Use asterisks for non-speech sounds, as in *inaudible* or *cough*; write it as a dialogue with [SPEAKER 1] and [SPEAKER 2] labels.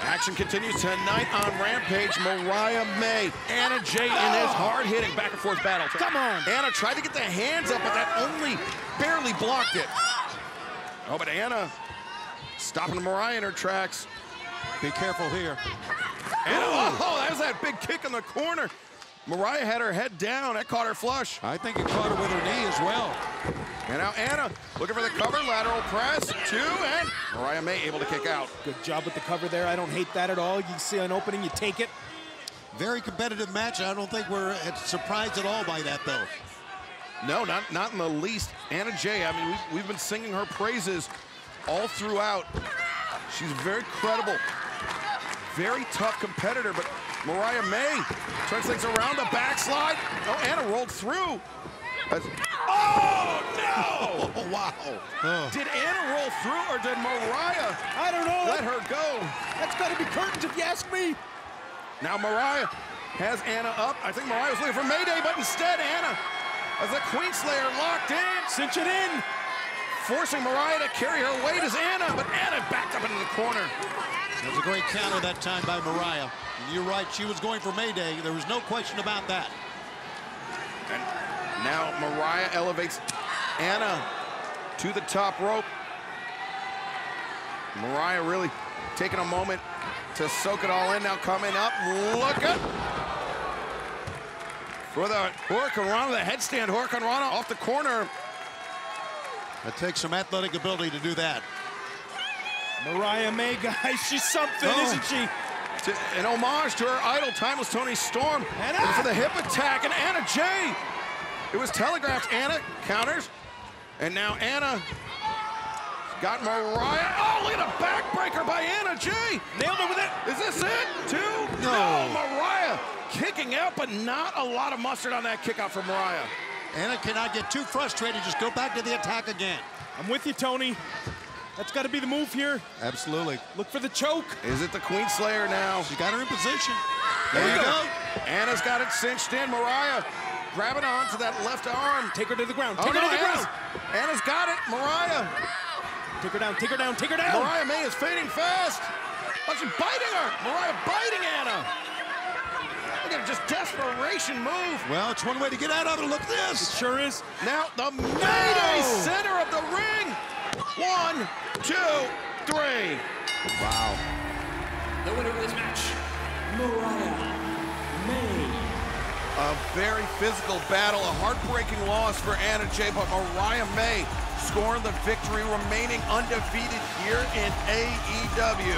[SPEAKER 1] action continues tonight on Rampage. Mariah May, Anna Jay in this hard-hitting back-and-forth battle.
[SPEAKER 2] Oh. Come on.
[SPEAKER 1] Anna tried to get the hands up, but that only barely blocked it. Oh, but Anna stopping Mariah in her tracks.
[SPEAKER 3] Be careful here.
[SPEAKER 1] Anna, oh, that was that big kick in the corner. Mariah had her head down. That caught her flush.
[SPEAKER 3] I think it caught her with her knee as well.
[SPEAKER 1] And now Anna looking for the cover, lateral press, two, and Mariah May able to kick out.
[SPEAKER 2] Good job with the cover there. I don't hate that at all. You see an opening, you take it.
[SPEAKER 3] Very competitive match. I don't think we're uh, surprised at all by that, though.
[SPEAKER 1] No, not not in the least. Anna Jay, I mean, we've, we've been singing her praises all throughout. She's very credible, very tough competitor, but Mariah May turns things around, a backslide. Oh, Anna rolled through. That's- oh,
[SPEAKER 3] Oh, wow.
[SPEAKER 1] no!
[SPEAKER 3] Oh.
[SPEAKER 1] Did Anna roll through or did Mariah
[SPEAKER 2] I don't know.
[SPEAKER 1] let her go?
[SPEAKER 2] That's got to be curtains if you ask me.
[SPEAKER 1] Now Mariah has Anna up. I think Mariah was looking for Mayday, but instead Anna has the Queenslayer locked in,
[SPEAKER 2] Cinch it in.
[SPEAKER 1] forcing Mariah to carry her weight as Anna, but Anna backed up into the corner.
[SPEAKER 3] That was a great counter that time by Mariah. And you're right, she was going for Mayday. There was no question about that.
[SPEAKER 1] And now Mariah elevates Anna to the top rope. Mariah really taking a moment to soak it all in. Now coming up, look at for the Hurricanrana, the headstand Hurricanrana off the corner.
[SPEAKER 3] It takes some athletic ability to do that.
[SPEAKER 2] Mariah May, *laughs* guys, she's something,
[SPEAKER 3] Oh.
[SPEAKER 2] isn't she?
[SPEAKER 1] to, an homage to her idol, Timeless Tony Storm.
[SPEAKER 2] And
[SPEAKER 1] And
[SPEAKER 2] up.
[SPEAKER 1] for the hip attack, and Anna Jay. It was telegraphed. Anna counters, and now Anna has got Mariah. Oh, look at a backbreaker by Anna Jay.
[SPEAKER 2] Nailed her with it.
[SPEAKER 1] Is this it? Two?
[SPEAKER 3] No.
[SPEAKER 1] Mariah kicking out, but not a lot of mustard on that kick out for Mariah.
[SPEAKER 3] Anna cannot get too frustrated. Just go back to the attack again.
[SPEAKER 2] I'm with you, Tony. That's got to be the move here.
[SPEAKER 3] Absolutely.
[SPEAKER 2] Look for the choke.
[SPEAKER 1] Is it the Queen Slayer now?
[SPEAKER 3] She got her in position.
[SPEAKER 1] There
[SPEAKER 3] There you go.
[SPEAKER 1] Anna's got it cinched in. Mariah grabbing onto that left arm.
[SPEAKER 2] Take her to the ground.
[SPEAKER 1] Oh,
[SPEAKER 2] Take her
[SPEAKER 1] no,
[SPEAKER 2] to the
[SPEAKER 1] Anna's,
[SPEAKER 2] ground.
[SPEAKER 1] Anna's got it. Mariah
[SPEAKER 2] Take her down. Take her down. Take her down.
[SPEAKER 1] Mariah May is fading fast. Oh, she's biting her. Mariah biting Anna. Look at her, just desperation move.
[SPEAKER 3] Well, it's one way to get out of it. Look at this.
[SPEAKER 2] Sure is.
[SPEAKER 1] Now the Mayday center of the ring. One, two, three.
[SPEAKER 3] Wow.
[SPEAKER 4] The winner of this match, Mariah May.
[SPEAKER 1] A very physical battle, a heartbreaking loss for Anna Jay, but Mariah E May scoring the victory, remaining undefeated here in AEW.